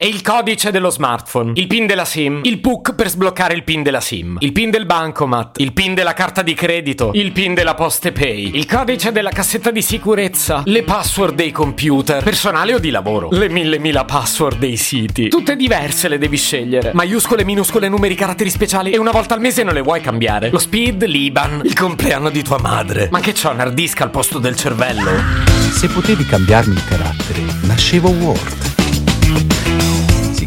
E il codice dello smartphone, il PIN della SIM, il PUC per sbloccare il PIN della SIM, il PIN del bancomat, il PIN della carta di credito, il PIN della Poste Pay, il codice della cassetta di sicurezza, le password dei computer, personale o di lavoro, le mille mila password dei siti. Tutte diverse le devi scegliere. Maiuscole, minuscole, numeri, caratteri speciali e una volta al mese non le vuoi cambiare. Lo speed, l'IBAN, il compleanno di tua madre. Ma che c'ho un hard disk al posto del cervello? Se potevi cambiarmi i caratteri, nascevo Word. Si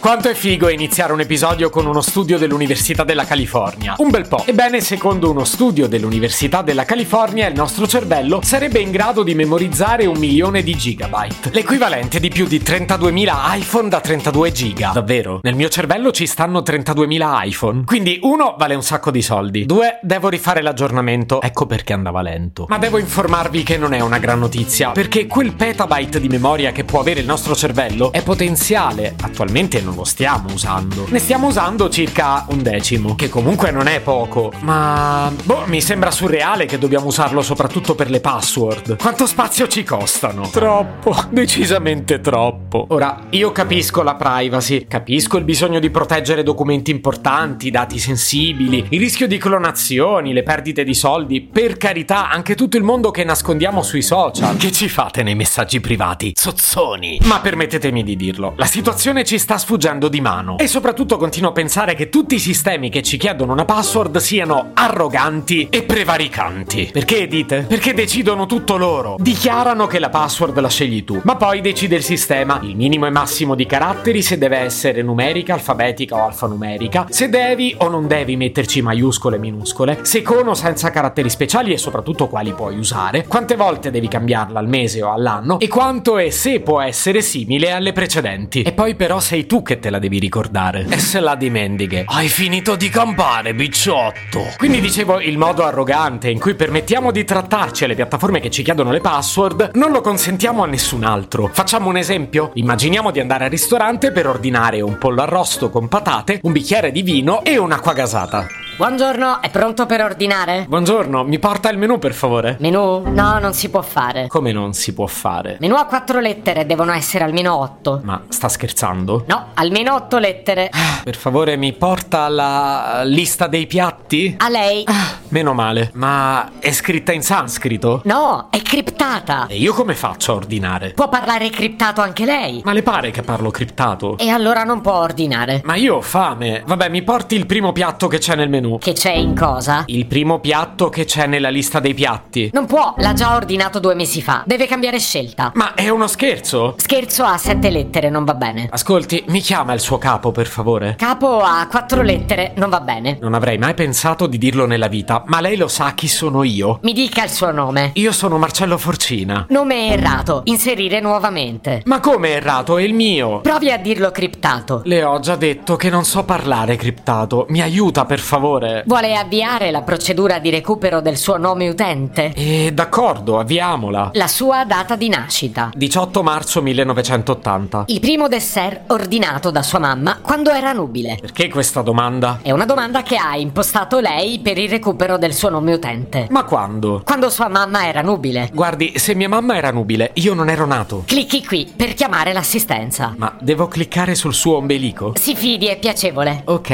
Quanto è figo iniziare un episodio con uno studio dell'Università della California? Un bel po'. Ebbene, secondo uno studio dell'Università della California, il nostro cervello sarebbe in grado di memorizzare un milione di gigabyte, l'equivalente di più di 32.000 iPhone da 32 giga. Davvero? Nel mio cervello ci stanno 32.000 iPhone. Quindi, uno, vale un sacco di soldi. Due, devo rifare l'aggiornamento. Ecco perché andava lento. Ma devo informarvi che non è una gran notizia, perché quel petabyte di memoria che può avere il nostro cervello è potenziale. Attualmente non lo stiamo usando. Ne stiamo usando circa un decimo, che comunque non è poco, ma boh, mi sembra surreale che dobbiamo usarlo soprattutto per le password. Quanto spazio ci costano? Troppo, decisamente troppo. Ora, io capisco la privacy, capisco il bisogno di proteggere documenti importanti, dati sensibili, il rischio di clonazioni, le perdite di soldi, per carità, anche tutto il mondo che nascondiamo sui social. Che ci fate nei messaggi privati? Sozzoni. Ma permettetemi di dirlo, la situazione ci sta sfuggendo di mano. E soprattutto continuo a pensare che tutti i sistemi che ci chiedono una password siano arroganti e prevaricanti. Perché dite? Perché decidono tutto loro. Dichiarano che la password la scegli tu, ma poi decide il sistema il minimo e massimo di caratteri, se deve essere numerica, alfabetica o alfanumerica, se devi o non devi metterci maiuscole e minuscole, se con o senza caratteri speciali e soprattutto quali puoi usare, quante volte devi cambiarla al mese o all'anno e quanto e se può essere simile alle precedenti. E poi però sei tu che te la devi ricordare. E se la dimentichi, hai finito di campare, bicciotto. Quindi dicevo, il modo arrogante in cui permettiamo di trattarci alle piattaforme che ci chiedono le password, non lo consentiamo a nessun altro. Facciamo un esempio. Immaginiamo di andare al ristorante per ordinare un pollo arrosto con patate, un bicchiere di vino e un'acqua gasata. Buongiorno, è pronto per ordinare? Buongiorno, mi porta il menù per favore? Menù? No, non si può fare. Come non si può fare? Menù a quattro lettere, devono essere almeno otto. Ma sta scherzando? No, almeno otto lettere. Per favore, mi porta la lista dei piatti? A lei. Ah, meno male. Ma è scritta in sanscrito? No, è criptata. E io come faccio a ordinare? Può parlare criptato anche lei. Ma le pare che parlo criptato? E allora non può ordinare. Ma io ho fame. Vabbè, mi porti il primo piatto che c'è nel menù. Che c'è in cosa? Il primo piatto che c'è nella lista dei piatti. Non può, l'ha già ordinato due mesi fa. Deve cambiare scelta. Ma è uno scherzo? Scherzo a sette lettere, non va bene. Ascolti, mi chiama il suo capo, per favore. Capo a quattro lettere, non va bene. Non avrei mai pensato di dirlo nella vita, ma lei lo sa chi sono io. Mi dica il suo nome. Io sono Marcello Forcina. Nome errato, inserire nuovamente. Ma come errato? È il mio. Provi a dirlo criptato. Le ho già detto che non so parlare criptato. Mi aiuta, per favore. Vuole avviare la procedura di recupero del suo nome utente? Eh, d'accordo, avviamola. La sua data di nascita. 18 marzo 1980. Il primo dessert ordinato da sua mamma quando era nubile. Perché questa domanda? È una domanda che ha impostato lei per il recupero del suo nome utente. Ma quando? Quando sua mamma era nubile. Guardi, se mia mamma era nubile, io non ero nato. Clicchi qui per chiamare l'assistenza. Ma devo cliccare sul suo ombelico? Si fidi, è piacevole. Ok.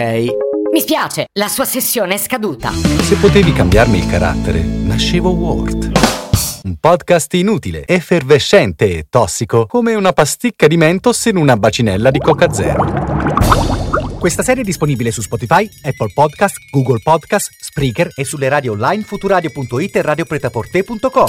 Mi spiace, la sua sessione è scaduta. Se potevi cambiarmi il carattere, nascevo Word. Un podcast inutile, effervescente e tossico, come una pasticca di mentos in una bacinella di Coca Zero. Questa serie è disponibile su Spotify, Apple Podcast, Google Podcast, Spreaker e sulle radio online futuradio.it e radiopretaporte.com.